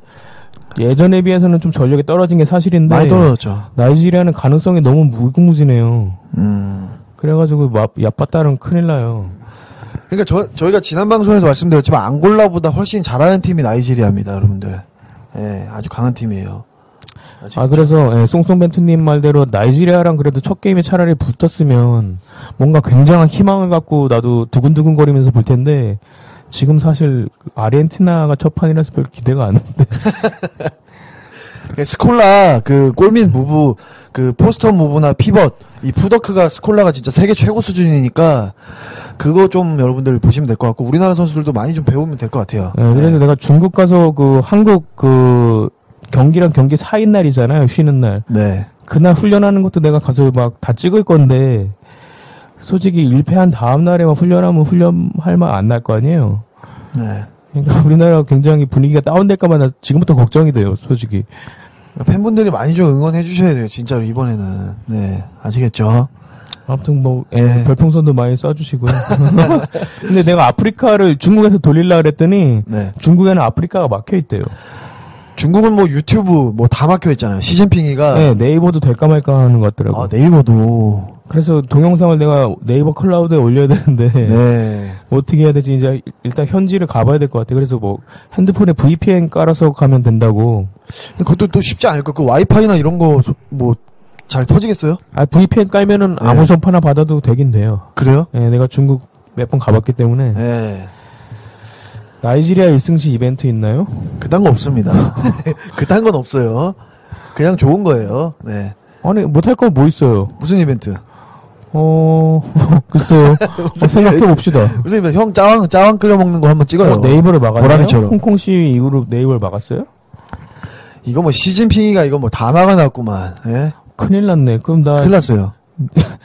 Speaker 3: 예전에 비해서는 좀 전력이 떨어진 게 사실인데
Speaker 2: 많이 떨어졌죠.
Speaker 3: 나이지리아는 가능성이 너무 무궁무진해요.
Speaker 2: 음.
Speaker 3: 그래가지고 마- 야빠따는 큰일 나요. 아,
Speaker 2: 그러니까 저, 저희가 지난 방송에서 말씀드렸지만 앙골라보다 훨씬 잘하는 팀이 나이지리아입니다, 여러분들. 예, 아주 강한 팀이에요. 아직.
Speaker 3: 아 그래서 예, 송송벤투님 말대로 나이지리아랑 그래도 첫 게임에 차라리 붙었으면 뭔가 굉장한 희망을 갖고 나도 두근두근 거리면서 볼 텐데 지금 사실 그 아르헨티나가 첫 판이라서 별 기대가 안
Speaker 2: 예, 스콜라 그 골밑 무브 그 포스터 무브나 피벗 이 푸더크가 스콜라가 진짜 세계 최고 수준이니까 그거 좀 여러분들 보시면 될 것 같고 우리나라 선수들도 많이 좀 배우면 될 것 같아요.
Speaker 3: 예, 그래서 내가 중국 가서 그 한국 그 경기랑 경기 사인 날이잖아요. 쉬는 날.
Speaker 2: 네.
Speaker 3: 그날 훈련하는 것도 내가 가서 막 다 찍을 건데 솔직히 1패한 다음 날에 막 훈련하면 훈련할 맛 안 날 거 아니에요.
Speaker 2: 네.
Speaker 3: 그러니까 우리나라 굉장히 분위기가 다운될까봐 나 지금부터 걱정이 돼요. 솔직히.
Speaker 2: 그러니까 팬분들이 많이 좀 응원해 주셔야 돼요. 진짜로 이번에는. 네. 아시겠죠?
Speaker 3: 아무튼 뭐 예,
Speaker 2: 예.
Speaker 3: 별풍선도 많이 쏴주시고요. 근데 내가 아프리카를 중국에서 돌릴라 그랬더니
Speaker 2: 네.
Speaker 3: 중국에는 아프리카가 막혀 있대요.
Speaker 2: 중국은 뭐 유튜브 뭐 다 막혀 있잖아요. 시진핑이가
Speaker 3: 네, 네이버도 될까 말까 하는 것 같더라고.
Speaker 2: 아,
Speaker 3: 요
Speaker 2: 네이버도
Speaker 3: 그래서 동영상을 내가 네이버 클라우드에 올려야 되는데
Speaker 2: 네.
Speaker 3: 어떻게 해야 되지? 이제 일단 현지를 가봐야 될 것 같아. 그래서 뭐 핸드폰에 VPN 깔아서 가면 된다고.
Speaker 2: 근데 그것도 또 쉽지 않을 것같고 와이파이나 이런 거 뭐 잘 터지겠어요?
Speaker 3: 아 VPN 깔면은
Speaker 2: 네.
Speaker 3: 아무 전파나 받아도 되긴 돼요.
Speaker 2: 그래요?
Speaker 3: 예, 내가 중국 몇 번 가봤기 때문에
Speaker 2: 네.
Speaker 3: 나이지리아 1승시 이벤트 있나요?
Speaker 2: 그딴 거 없습니다. 그딴 건 없어요. 그냥 좋은 거예요. 네.
Speaker 3: 아니 못할 건 뭐 있어요?
Speaker 2: 무슨 이벤트?
Speaker 3: 어 글쎄요. 어, 생각해 봅시다. 뭐
Speaker 2: 무슨 이벤트? 형 짜왕 짜왕 끓여 먹는 거 한번 찍어요.
Speaker 3: 네이버를 막았나요?
Speaker 2: 보람이처럼.
Speaker 3: 홍콩 시위 이후로 네이버를 막았어요?
Speaker 2: 이거 뭐 시진핑이가 이거 뭐 다 막아놨구만. 예?
Speaker 3: 큰일 났네. 그럼 나
Speaker 2: 큰일 났어요.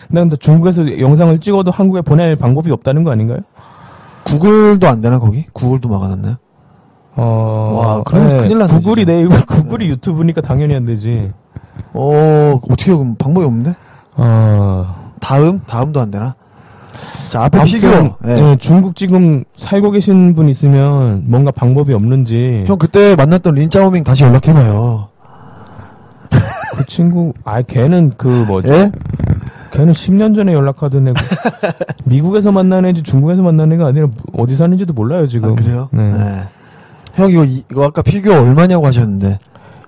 Speaker 3: 나 근데 중국에서 영상을 찍어도 한국에 보낼 방법이 없다는 거 아닌가요?
Speaker 2: 구글도 안 되나 거기? 구글도 막아놨나요?
Speaker 3: 어.
Speaker 2: 와, 그럼 큰일 났네, 네.
Speaker 3: 구글이
Speaker 2: 진짜.
Speaker 3: 네이버, 구글이 유튜브니까 당연히 안 되지.
Speaker 2: 어 어떻게 해요? 그럼 방법이 없는데?
Speaker 3: 어.
Speaker 2: 다음 다음도 안 되나? 자 앞에
Speaker 3: 아무튼,
Speaker 2: 피규어. 예.
Speaker 3: 예, 중국 지금 살고 계신 분 있으면 뭔가 방법이 없는지.
Speaker 2: 형 그때 만났던 린짜오밍 다시 연락해봐요.
Speaker 3: 그 친구, 아, 걔는 그 뭐지?
Speaker 2: 예?
Speaker 3: 걔는 10년 전에 연락하던 애고. 미국에서 만난 애지 중국에서 만난 애가 아니라 어디 사는지도 몰라요, 지금.
Speaker 2: 아, 그래요?
Speaker 3: 네.
Speaker 2: 네. 형 이거 이- 이거 아까 피규어 얼마냐고 하셨는데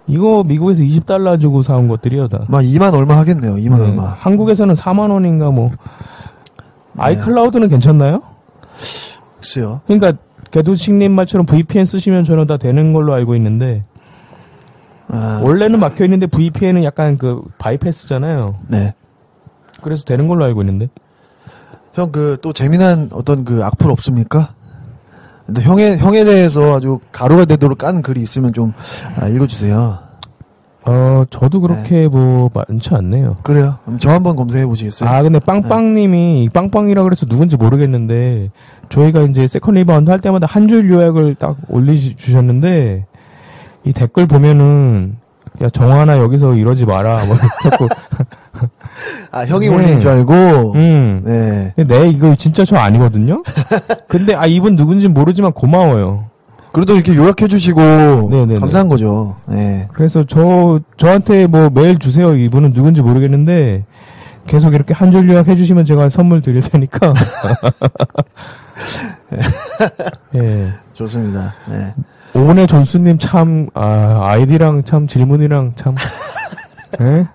Speaker 3: 이거 미국에서 20달러 주고 사온 것들이요, 다.
Speaker 2: 막 2만 얼마 하겠네요. 2만
Speaker 3: 네.
Speaker 2: 음, 얼마. 네.
Speaker 3: 한국에서는 4만 원인가 뭐. 아이클라우드는 괜찮나요?
Speaker 2: 글쎄요.
Speaker 3: 그러니까 개두식님 말처럼 VPN 쓰시면 저는 다 되는 걸로 알고 있는데
Speaker 2: 아,
Speaker 3: 원래는 막혀 있는데 VPN은 약간 그 바이패스잖아요.
Speaker 2: 네.
Speaker 3: 그래서 되는 걸로 알고 있는데.
Speaker 2: 형 그 또 재미난 어떤 그 악플 없습니까? 근데 형에 형에 대해서 아주 가루가 되도록 깐 글이 있으면 좀 아, 읽어주세요.
Speaker 3: 어 저도 그렇게 뭐 많지 않네요.
Speaker 2: 그래요. 그럼 저 한번 검색해 보시겠어요?
Speaker 3: 아 근데 빵빵님이 빵빵이라 그래서 누군지 모르겠는데 저희가 이제 세컨 리바운드 할 때마다 한 줄 요약을 딱 올리주셨는데 이 댓글 보면은 야 정환아 여기서 이러지 마라 뭐 자꾸
Speaker 2: 아, 형이
Speaker 3: 네.
Speaker 2: 올린 줄 알고.
Speaker 3: 음
Speaker 2: 네.
Speaker 3: 근데 네, 이거 진짜 저 아니거든요? 근데, 아, 이분 누군지 모르지만 고마워요.
Speaker 2: 그래도 이렇게 요약해 주시고
Speaker 3: 네, 네.
Speaker 2: 감사한 거죠. 네.
Speaker 3: 그래서 저, 저한테 뭐 메일 주세요. 이분은 누군지 모르겠는데, 계속 이렇게 한 줄 요약해 주시면 제가 선물 드릴 테니까. 예.
Speaker 2: 좋습니다. 네.
Speaker 3: 오은의 존수님 참, 아, 아이디랑 참, 질문이랑 참, 예?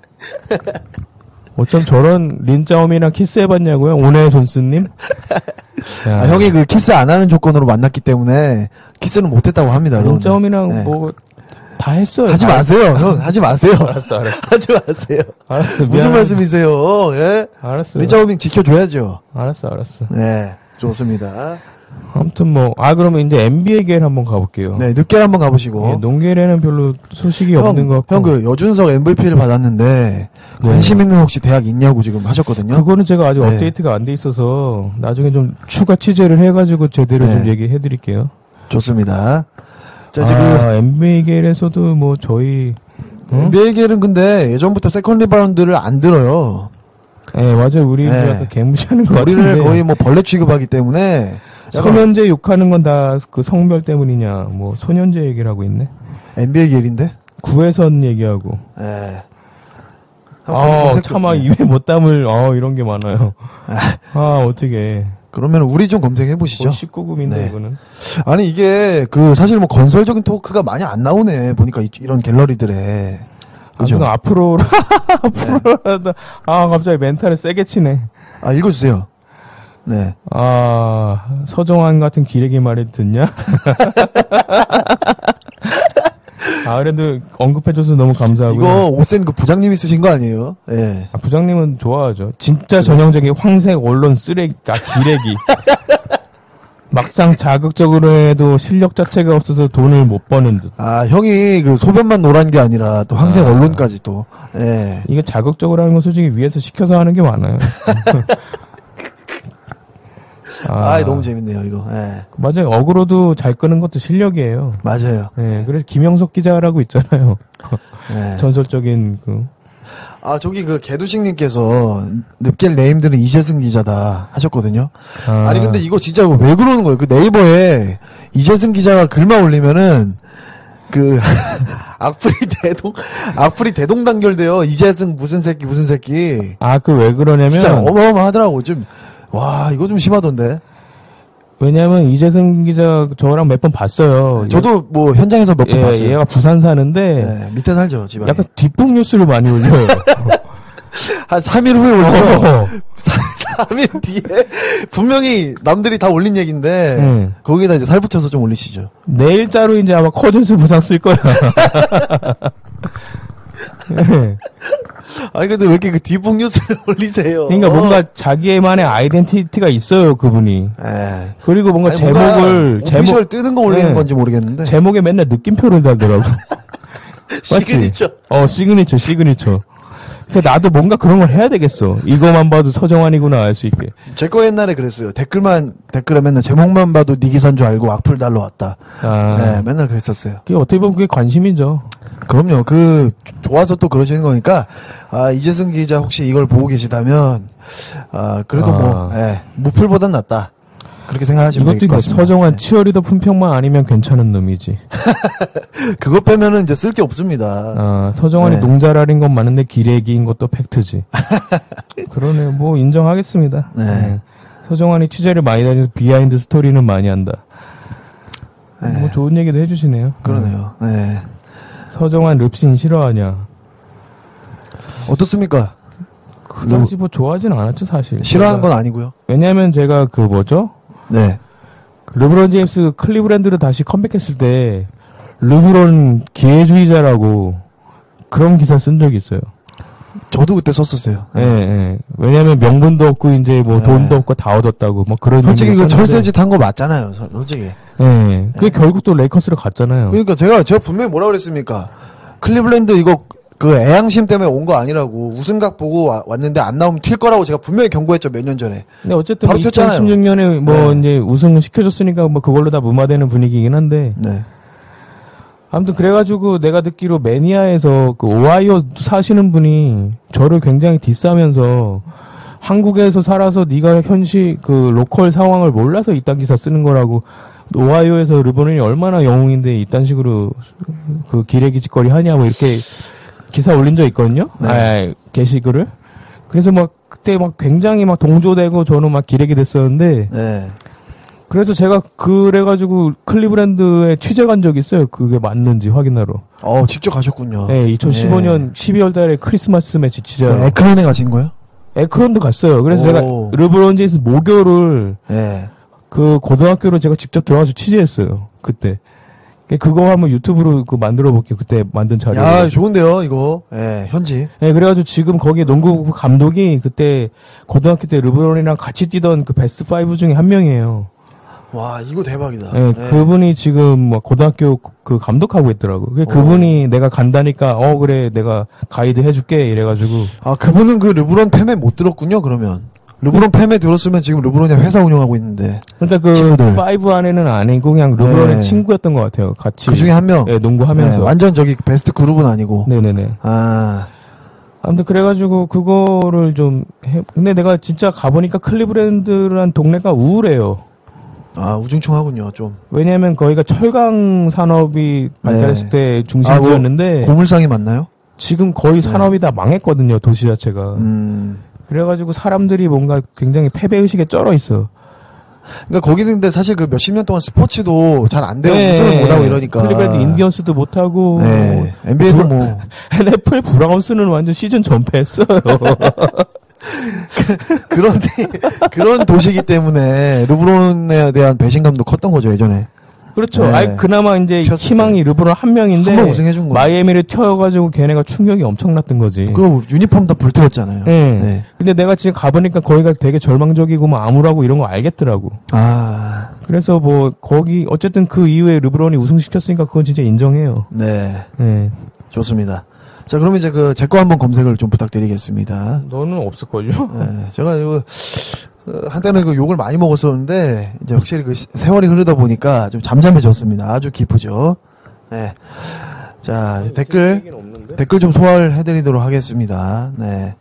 Speaker 3: 어쩜 저런 린짜오미랑 키스해봤냐고요? 오은의 존수님?
Speaker 2: 아, 형이 그 키스 안 하는 조건으로 만났기 때문에 키스는 못 했다고 합니다. 여러분들.
Speaker 3: 린짜오미랑
Speaker 2: 네.
Speaker 3: 뭐, 다 했어요.
Speaker 2: 하지
Speaker 3: 다
Speaker 2: 마세요. 형 하지 마세요.
Speaker 3: 알았어, 알았어.
Speaker 2: 하지 마세요.
Speaker 3: 알았어.
Speaker 2: 무슨
Speaker 3: 미안해.
Speaker 2: 말씀이세요? 예?
Speaker 3: 알았어.
Speaker 2: 리자오밍 지켜줘야죠.
Speaker 3: 알았어, 알았어.
Speaker 2: 네. 좋습니다.
Speaker 3: 아무튼 뭐, 아, 그러면 이제 NBA 길 한번 가볼게요.
Speaker 2: 네, 늦게 한번
Speaker 3: 어. 예,
Speaker 2: 가보시고.
Speaker 3: 농계에는 별로 소식이 없는 것 같고. 네.
Speaker 2: 형 그 여준석 MVP를 받았는데 관심 있는 혹시 대학 있냐고 지금 하셨거든요.
Speaker 3: 거는 제가 아직
Speaker 2: 네.
Speaker 3: 업데이트가 안 돼 있어서 나중에 좀 추가 취재를 해가지고 제대로
Speaker 2: 네.
Speaker 3: 좀 얘기해 드릴게요.
Speaker 2: 좋습니다. 자, 이제
Speaker 3: 아, 네? NBA 길에서도 뭐 저희,
Speaker 2: 그 NBA 계는 근데 예전부터 세컨 리바운드를 안 들어요.
Speaker 3: 예, 맞아요. 우리
Speaker 2: 네.
Speaker 3: 약간 개무시하는 것 같은데.
Speaker 2: 우리를 거의 뭐 벌레 취급하기 때문에 약간
Speaker 3: 소년제 욕하는 건 다 그 성별 때문이냐, 뭐 소년제 얘기를 하고 있네.
Speaker 2: NBA 계인데.
Speaker 3: 구혜선 얘기하고.
Speaker 2: 예.
Speaker 3: 아, 차마 입에 못 담을, 아, 이런 게 많아요. 아, 어떻게.
Speaker 2: 그러면 우리 좀 검색해 보시죠.
Speaker 3: 19금인데,
Speaker 2: 네.
Speaker 3: 이거는.
Speaker 2: 아니 이게 그 사실 뭐 건설적인 토크가 많이 안 나오네 보니까 이, 런 갤러리들에 그죠? 네.
Speaker 3: 아, 앞으로 앞으로라도 아 갑자기 멘탈을 세게 치네.
Speaker 2: 아, 읽어주세요. 네.
Speaker 3: 아 서정환 같은 기레기 말이 듣냐? 아 그래도 언급해줘서 너무 감사하고요.
Speaker 2: 이거 오센 그 부장님이 쓰신 거 아니에요? 예.
Speaker 3: 아, 부장님은 좋아하죠. 진짜 전형적인 황색 언론 쓰레기, 아, 기레기. 막상 자극적으로 해도 실력 자체가 없어서 돈을 못 버는 듯.
Speaker 2: 아, 형이 그 소변만 노란 게 아니라 또 황색
Speaker 3: 아.
Speaker 2: 언론까지 또. 예.
Speaker 3: 이거 자극적으로 하는 건 솔직히 위에서 시켜서 하는 게 많아요.
Speaker 2: 아, 너무 재밌네요, 이거. 예.
Speaker 3: 맞아요. 어그로도 잘 끄는 것도 실력이에요.
Speaker 2: 맞아요.
Speaker 3: 예, 그래서 김영석 기자라고 있잖아요.
Speaker 2: 예.
Speaker 3: 전설적인 그.
Speaker 2: 아, 저기 그 개두식님께서 늪겔 네임들은 이재승 기자다 하셨거든요.
Speaker 3: 아,
Speaker 2: 아니 근데 이거 진짜 왜 그러는 거예요? 그 네이버에 이재승 기자가 글만 올리면은 그 악플이 대동 악플이 대동단결돼요. 이재승 무슨 새끼 무슨 새끼
Speaker 3: 아, 그 왜 그러냐면.
Speaker 2: 진짜 어마어마하더라고. 좀 와 이거 좀 심하던데.
Speaker 3: 왜냐면 이재승 기자 저랑 몇 번 봤어요.
Speaker 2: 저도 뭐 현장에서 몇 번
Speaker 3: 예,
Speaker 2: 봤어요.
Speaker 3: 얘가 부산 사는데.
Speaker 2: 네, 밑에 살죠 집안에.
Speaker 3: 약간 뒷북 뉴스를 많이 올려요.
Speaker 2: 한 3일 후에 올려서
Speaker 3: 어.
Speaker 2: 3일 뒤에 분명히 남들이 다 올린 얘기인데
Speaker 3: 음.
Speaker 2: 거기다 이제 살 붙여서 좀 올리시죠.
Speaker 3: 내일자로 이제 아마 커즌스 부상 쓸 거야. 예.
Speaker 2: 아니 근데 왜 이렇게 그 뒷북 뉴스를 올리세요?
Speaker 3: 그러니까 뭔가 자기만의 아이덴티티가 있어요 그분이.
Speaker 2: 예.
Speaker 3: 그리고 뭔가
Speaker 2: 아니, 뭔가
Speaker 3: 뭐 제목을
Speaker 2: 오피셜
Speaker 3: 제목
Speaker 2: 뜨는 거 올리는
Speaker 3: 네.
Speaker 2: 건지 모르겠는데
Speaker 3: 제목에 맨날 느낌표를 달더라고.
Speaker 2: 시그니처
Speaker 3: 어 시그니처 시그니처. 그러니까 나도 뭔가 그런 걸 해야 되겠어. 이거만 봐도 서정환이구나 알 수 있게.
Speaker 2: 제 거 옛날에 그랬어요 댓글만 댓글에 맨날 제목만 봐도 니 기사인 줄 알고 악플 달러 왔다
Speaker 3: 아,
Speaker 2: 네 맨날 그랬었어요
Speaker 3: 그게 어떻게 보면 그게 관심이죠.
Speaker 2: 그럼요 그 조- 좋아서 또 그러시는 거니까 아 이재승 기자 혹시 이걸 보고 계시다면 아 그래도
Speaker 3: 아.
Speaker 2: 뭐 예, 무플보단 낫다 그렇게 생각하시면
Speaker 3: 이것도
Speaker 2: 될것
Speaker 3: 이거
Speaker 2: 같습니다
Speaker 3: 서정환
Speaker 2: 네.
Speaker 3: 치어리더 품평만 아니면 괜찮은 놈이지.
Speaker 2: 그거 빼면은 이제 쓸 게 없습니다
Speaker 3: 아, 서정환이
Speaker 2: 네.
Speaker 3: 농자랄인 건 맞는데 기레기인 것도 팩트지. 그러네, 뭐 인정하겠습니다.
Speaker 2: 네.
Speaker 3: 서정환이 취재를 많이 다녀서 비하인드 스토리는 많이 한다.
Speaker 2: 네.
Speaker 3: 뭐 좋은 얘기도 해주시네요.
Speaker 2: 그러네요 네.
Speaker 3: 서정환 릅신 싫어하냐?
Speaker 2: 어떻습니까
Speaker 3: 그 당시 뭐 좋아하진 않았죠 사실.
Speaker 2: 싫어하는 건 아니고요
Speaker 3: 왜냐하면 제가 그 뭐죠?
Speaker 2: 네
Speaker 3: 르브론 제임스 그 클리브랜드로 다시 컴백했을 때 르브론 기회주의자라고 그런 기사 쓴 적이 있어요.
Speaker 2: 저도 그때 썼었어요 네.
Speaker 3: 예, 예. 왜냐면 명분도 없고 이제 뭐
Speaker 2: 예.
Speaker 3: 돈도 없고 다 얻었다고 뭐 그런
Speaker 2: 솔직히
Speaker 3: 의미로
Speaker 2: 그
Speaker 3: 썼는데.
Speaker 2: 철새짓 한 거 맞잖아요. 서- 솔직히.
Speaker 3: 예. 그게 결국 또 레이커스로 갔잖아요.
Speaker 2: 그러니까 제가 제가 분명히 뭐라 그랬습니까? 클리블랜드 이거 그 애양심 때문에 온 거 아니라고 우승각 보고 와- 왔는데 안 나오면 튈 거라고 제가 분명히 경고했죠 몇 년 전에.
Speaker 3: 근데 어쨌든
Speaker 2: 바로 튀었잖아요.
Speaker 3: 2016년에 뭐
Speaker 2: 네.
Speaker 3: 이제 우승을 시켜줬으니까 뭐 그걸로 다 무마되는 분위기긴 한데
Speaker 2: 네.
Speaker 3: 아무튼 그래가지고 내가 듣기로 매니아에서 그 오하이오 사시는 분이 저를 굉장히 디싸면서 한국에서 살아서 네가 현실 그 로컬 상황을 몰라서 이딴 기사 쓰는 거라고 오하이오에서 르브론이 얼마나 영웅인데 이딴 식으로 그 기레기 짓거리 하냐고 이렇게 기사 올린 적 있거든요.
Speaker 2: 네.
Speaker 3: 아, 게시글을. 그래서 막 그때 막 굉장히 막 동조되고 저는 막 기레기 됐었는데
Speaker 2: 네.
Speaker 3: 그래서 제가 그래가지고 클리브랜드에 취재 간 적이 있어요. 그게 맞는지 확인하러.
Speaker 2: 어 직접 가셨군요.
Speaker 3: 네, 2015년 12월 달에 크리스마스
Speaker 2: 네.
Speaker 3: 매치 취재하러.
Speaker 2: 에크론에 가신 거예요?
Speaker 3: 에크론도 갔어요. 그래서 제가
Speaker 2: 오.
Speaker 3: 르브론 제임스 모교를
Speaker 2: 네.
Speaker 3: 그 고등학교로 제가 직접 들어가서 취재했어요. 그때. 예, 그거 한번 유튜브로 그 만들어 볼게요. 그때 만든 자료.
Speaker 2: 야 좋은데요 이거. 예, 현지.
Speaker 3: 예, 그래가지고 지금 거기 농구 감독이 그때 고등학교 때 르브론이랑 같이 뛰던 그 베스트 5 중에 한 명이에요.
Speaker 2: 와 이거 대박이다.
Speaker 3: 예,
Speaker 2: 예.
Speaker 3: 그분이 지금 뭐 고등학교 그 감독하고 있더라고. 그 그분이 내가 간다니까 어 그래 내가 가이드 해줄게 이래가지고
Speaker 2: 아 그분은 그 르브론 팸에 못 들었군요 그러면. 르브론 팸에 들었으면 지금 르브론이 회사 운영하고 있는데
Speaker 3: 그러니까 그
Speaker 2: 친구들.
Speaker 3: 파이브 안에는 아니고 그냥 르브론의
Speaker 2: 네.
Speaker 3: 친구였던 것 같아요. 같이
Speaker 2: 그 중에 한 명.
Speaker 3: 예, 농구하면서
Speaker 2: 예, 완전 저기 베스트 그룹은 아니고.
Speaker 3: 네네네.
Speaker 2: 아
Speaker 3: 아무튼 그래가지고 그거를 좀 해. 근데 내가 진짜 가보니까 클리브랜드란 동네가 우울해요.
Speaker 2: 아, 우중충하군요, 좀.
Speaker 3: 왜냐면 거기가 철강
Speaker 2: 네.
Speaker 3: 산업이 발달했을 때
Speaker 2: 아,
Speaker 3: 중심지였는데
Speaker 2: 고물상이 맞나요?
Speaker 3: 지금 거의 산업이 다 망했거든요 도시 자체가.
Speaker 2: 네. 음.
Speaker 3: 그래가지고 사람들이 뭔가 굉장히 패배의식에 쩔어 있어.
Speaker 2: 그러니까 거기는 근데 사실 그 몇십 년 동안 스포츠도 잘 안 돼요. 네, 우승을 못 하고 이러니까.
Speaker 3: 네. 클리브랜드 인디언스도 못 하고
Speaker 2: 네. NBA도
Speaker 3: 불-
Speaker 2: 뭐
Speaker 3: NFL 브라운스는 완전 시즌 전패했어요.
Speaker 2: 그런 데- 그런 도시기 때문에 르브론에 대한 배신감도 컸던 거죠 예전에.
Speaker 3: 그렇죠.
Speaker 2: 네.
Speaker 3: 아이 그나마 이제
Speaker 2: 튀었을
Speaker 3: 희망이 르브론 한 명인데
Speaker 2: 한번 우승해 준 거예요.
Speaker 3: 마이애미를 튀어가지고 걔네가 충격이 엄청났던 거지.
Speaker 2: 그 유니폼 다 불태웠잖아요.
Speaker 3: 네.
Speaker 2: 네.
Speaker 3: 근데 내가 지금 가보니까 거기가 되게 절망적이고 막 암울하고 이런 거 알겠더라고.
Speaker 2: 아,
Speaker 3: 그래서 뭐 거기 어쨌든 그 이후에 르브론이 우승시켰으니까 그건 진짜 인정해요.
Speaker 2: 네,
Speaker 3: 예.
Speaker 2: 좋습니다. 자, 그럼 이제 그 제 거 한번 검색을 좀 부탁드리겠습니다.
Speaker 3: 너는 없을걸요?
Speaker 2: 네, 제가 이거 어, 한때는 그 욕을 많이 먹었었는데 이제 확실히 그 시- 세월이 흐르다 보니까 좀 잠잠해졌습니다. 아주 기쁘죠. 네. 자 댓글 댓글 좀 소화해드리도록 하겠습니다. 네.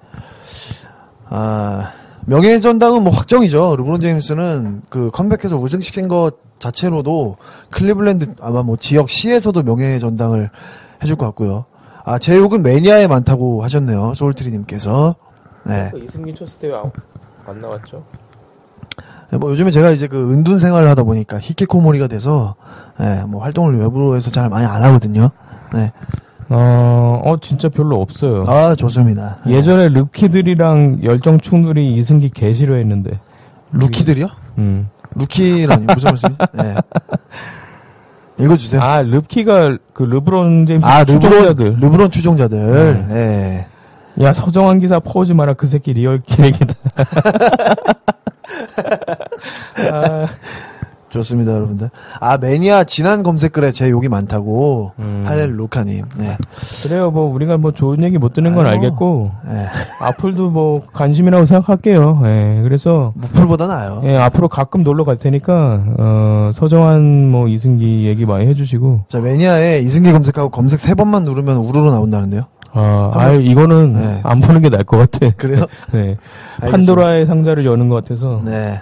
Speaker 2: 아 명예 전당은 뭐 확정이죠. 르브론 제임스는 그 컴백해서 우승시킨 것 자체로도 클리블랜드 아마 뭐 지역 시에서도 명예 전당을 해줄 것 같고요. 아, 제 욕은 매니아에 많다고 하셨네요. 소울트리님께서. 네.
Speaker 3: 이승기 쳤을 때 안 나왔죠?
Speaker 2: 네, 뭐 요즘에 제가 이제 그 은둔 생활을 하다 보니까 히키코모리가 돼서 예, 뭐 활동을 외부로 해서 잘 많이 안 하거든요. 네.
Speaker 3: 어, 어 진짜 별로 없어요.
Speaker 2: 아, 좋습니다. 예.
Speaker 3: 예전에 루키들이랑 열정충들이 이승기 개 싫어했는데.
Speaker 2: 루키들이요?
Speaker 3: 음.
Speaker 2: 루키라니 무슨 말씀이? 네. 읽어 주세요.
Speaker 3: 아, 루키가 그 르브론 제임스
Speaker 2: 네. 아,
Speaker 3: 추종자들. 네.
Speaker 2: 르브론 추종자들. 예.
Speaker 3: 야, 서정환 기사 퍼오지 마라. 그 새끼 리얼 기획이다. 아,
Speaker 2: 좋습니다, 여러분들. 아, 매니아 지난 검색글에 제 욕이 많다고.
Speaker 3: 음.
Speaker 2: 할렐 루카 님. 네.
Speaker 3: 그래요. 뭐 우리가 뭐 좋은 얘기 못 듣는 건
Speaker 2: 아이고.
Speaker 3: 알겠고
Speaker 2: 예.
Speaker 3: 앞으로도 뭐 관심이라고 생각할게요. 예. 그래서
Speaker 2: 무풀보다 나아요.
Speaker 3: 예, 앞으로 가끔 놀러 갈 테니까 어, 서정환 뭐 이승기 얘기 많이 해 주시고
Speaker 2: 자, 매니아에 이승기 검색하고 검색 세 번만 누르면 우르르 나온다는데요.
Speaker 3: 아,
Speaker 2: 한번-
Speaker 3: 아 이거는
Speaker 2: 네.
Speaker 3: 안 보는 게 나을 것 같아.
Speaker 2: 그래요?
Speaker 3: 네.
Speaker 2: 알겠습니다.
Speaker 3: 판도라의 상자를 여는 것 같아서.
Speaker 2: 네.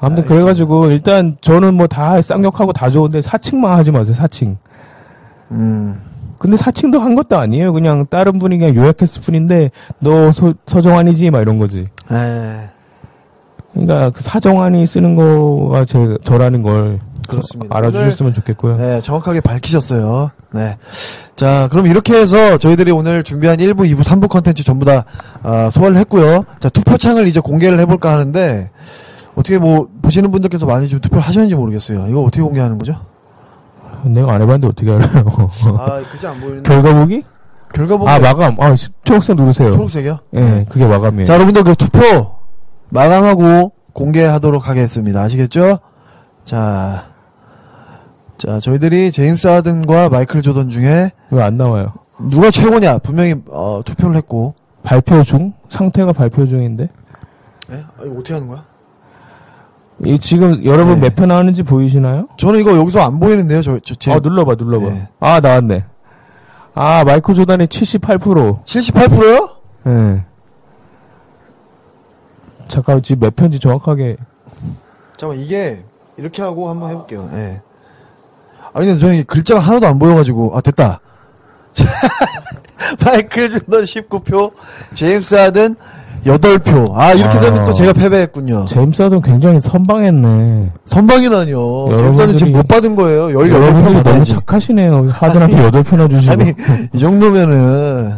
Speaker 3: 아무튼 그래가지고 일단 저는 뭐 다 쌍욕하고 다 좋은데 사칭만 하지 마세요. 사칭.
Speaker 2: 음.
Speaker 3: 근데 사칭도 한 것도 아니에요. 그냥 다른 분이 그냥 요약했을 뿐인데 너 서, 서정환이지 막 이런 거지.
Speaker 2: 예.
Speaker 3: 그러니까 그 사정환이 쓰는 거가 제, 저라는 걸
Speaker 2: 그렇습니다.
Speaker 3: 알아주셨으면 좋겠고요.
Speaker 2: 네, 정확하게 밝히셨어요. 네. 자, 그럼 이렇게 해서 저희들이 오늘 준비한 1부, 2부, 3부 컨텐츠 전부 다 아, 소화를 했고요. 자, 투표창을 이제 공개를 해볼까 하는데 어떻게 뭐 보시는 분들께서 많이 좀 투표를 하셨는지 모르겠어요. 이거 어떻게 공개하는 거죠?
Speaker 3: 아, 내가 안 해봤는데 어떻게 알아요?
Speaker 2: 아, 글자 안 보이는데
Speaker 3: 결과 보기?
Speaker 2: 결과 보면
Speaker 3: 아 마감. 아 시- 초록색 누르세요.
Speaker 2: 어, 네. 초록색이요. 네.
Speaker 3: 예, 그게 마감이에요.
Speaker 2: 자, 여러분들 그 투표 마감하고 공개하도록 하겠습니다. 아시겠죠? 자, 자, 저희들이 제임스 하든과 마이클 조던 중에
Speaker 3: 왜 안 나와요?
Speaker 2: 누가 최고냐 분명히 어, 투표를 했고
Speaker 3: 발표 중? 상태가 발표 중인데?
Speaker 2: 예? 아, 이거 어떻게 하는 거야?
Speaker 3: 이 지금 여러분
Speaker 2: 네.
Speaker 3: 몇 편 나왔는지 보이시나요?
Speaker 2: 저는 이거 여기서 안 보이는데요 저, 저, 제
Speaker 3: 아 눌러봐 눌러봐.
Speaker 2: 네.
Speaker 3: 아 나왔네. 아 마이크 조단이 78%.
Speaker 2: 78%요?
Speaker 3: 예. 잠깐 지금 몇 편지 정확하게
Speaker 2: 잠깐 이게 이렇게 하고 한번 해볼게요 예. 아 근데 저는 이 글자가 하나도 안 보여가지고 아 됐다 마이클 조던 19표 제임스 하든 8표 아 이렇게 되면
Speaker 3: 아.
Speaker 2: 또 제가 패배했군요
Speaker 3: 제임스 하든 굉장히 선방했네.
Speaker 2: 선방이라뇨 제임스 하든 지금
Speaker 3: 여러분들이-
Speaker 2: 못 받은 거예요 18표
Speaker 3: 여러분들이 너무
Speaker 2: 받아야지
Speaker 3: 착하시네요. 하든한테 8표나 주시고.
Speaker 2: 아니 이 정도면은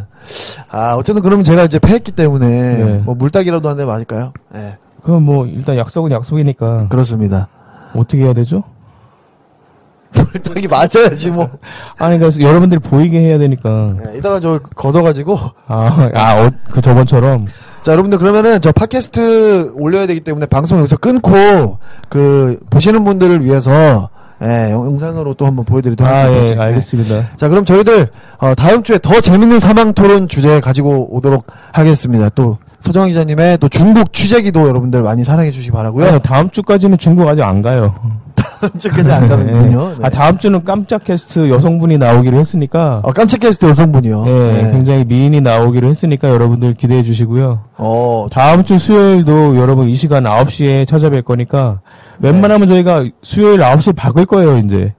Speaker 2: 아 어쨌든 그러면 제가 이제 패했기 때문에
Speaker 3: 네.
Speaker 2: 뭐 물딱이라도 한 대 맞을까요? 예
Speaker 3: 그럼 뭐 일단 약속은 약속이니까
Speaker 2: 그렇습니다.
Speaker 3: 어떻게 해야 되죠?
Speaker 2: 물딱이 맞아야지 뭐.
Speaker 3: 아니 그러니까 여러분들이 보이게 해야 되니까.
Speaker 2: 예, 이따가 저 걷어가지고
Speaker 3: 아, 아, 어, 그 저번처럼.
Speaker 2: 자 여러분들 그러면은 저 팟캐스트 올려야 되기 때문에 방송 여기서 끊고 그 보시는 분들을 위해서 예, 영- 영상으로 또 한번 보여드리도록
Speaker 3: 아,
Speaker 2: 하겠습니다.
Speaker 3: 예,
Speaker 2: 예.
Speaker 3: 알겠습니다.
Speaker 2: 자 그럼 저희들 어, 다음 주에 더 재밌는 사망 토론 주제 가지고 오도록 하겠습니다. 또 서정환 기자님의 또 중국 취재기도 여러분들 많이 사랑해 주시기 바라고요.
Speaker 3: 아니요, 다음 주까지는 중국 아직 안 가요.
Speaker 2: 깜짝까지 안 가면 되군요. 네.
Speaker 3: 아, 다음 주는 깜짝 캐스트 여성분이 나오기로 했으니까.
Speaker 2: 어, 깜짝 게스트 여성분이요.
Speaker 3: 예,
Speaker 2: 네.
Speaker 3: 굉장히 미인이 나오기로 했으니까 여러분들 기대해 주시고요.
Speaker 2: 어,
Speaker 3: 다음 주 수요일도 여러분 이 시간 9시에 찾아뵐 거니까 웬만하면 저희가 수요일 9시 바꿀 거예요, 이제.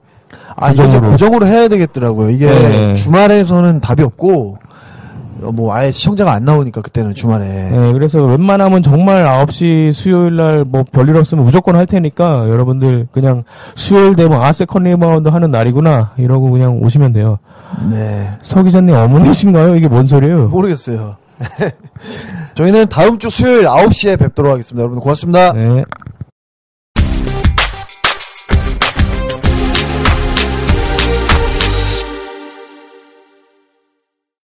Speaker 2: 아, 이제
Speaker 3: 고정으로.
Speaker 2: 고정으로 해야 되겠더라고요. 이게
Speaker 3: 네.
Speaker 2: 주말에서는 답이 없고, 어, 뭐 아예 시청자가 안 나오니까 그때는 주말에
Speaker 3: 네, 그래서 웬만하면 정말 9시 수요일 날 뭐 별일 없으면 무조건 할 테니까 여러분들 그냥 수요일 되면 아 세컨 리바운드 하는 날이구나 이러고 그냥 오시면 돼요.
Speaker 2: 네
Speaker 3: 서 기자님 어머니신가요? 이게 뭔 소리예요?
Speaker 2: 뭐, 모르겠어요. 저희는 다음 주 수요일 9시에 뵙도록 하겠습니다. 여러분 고맙습니다.
Speaker 3: 네.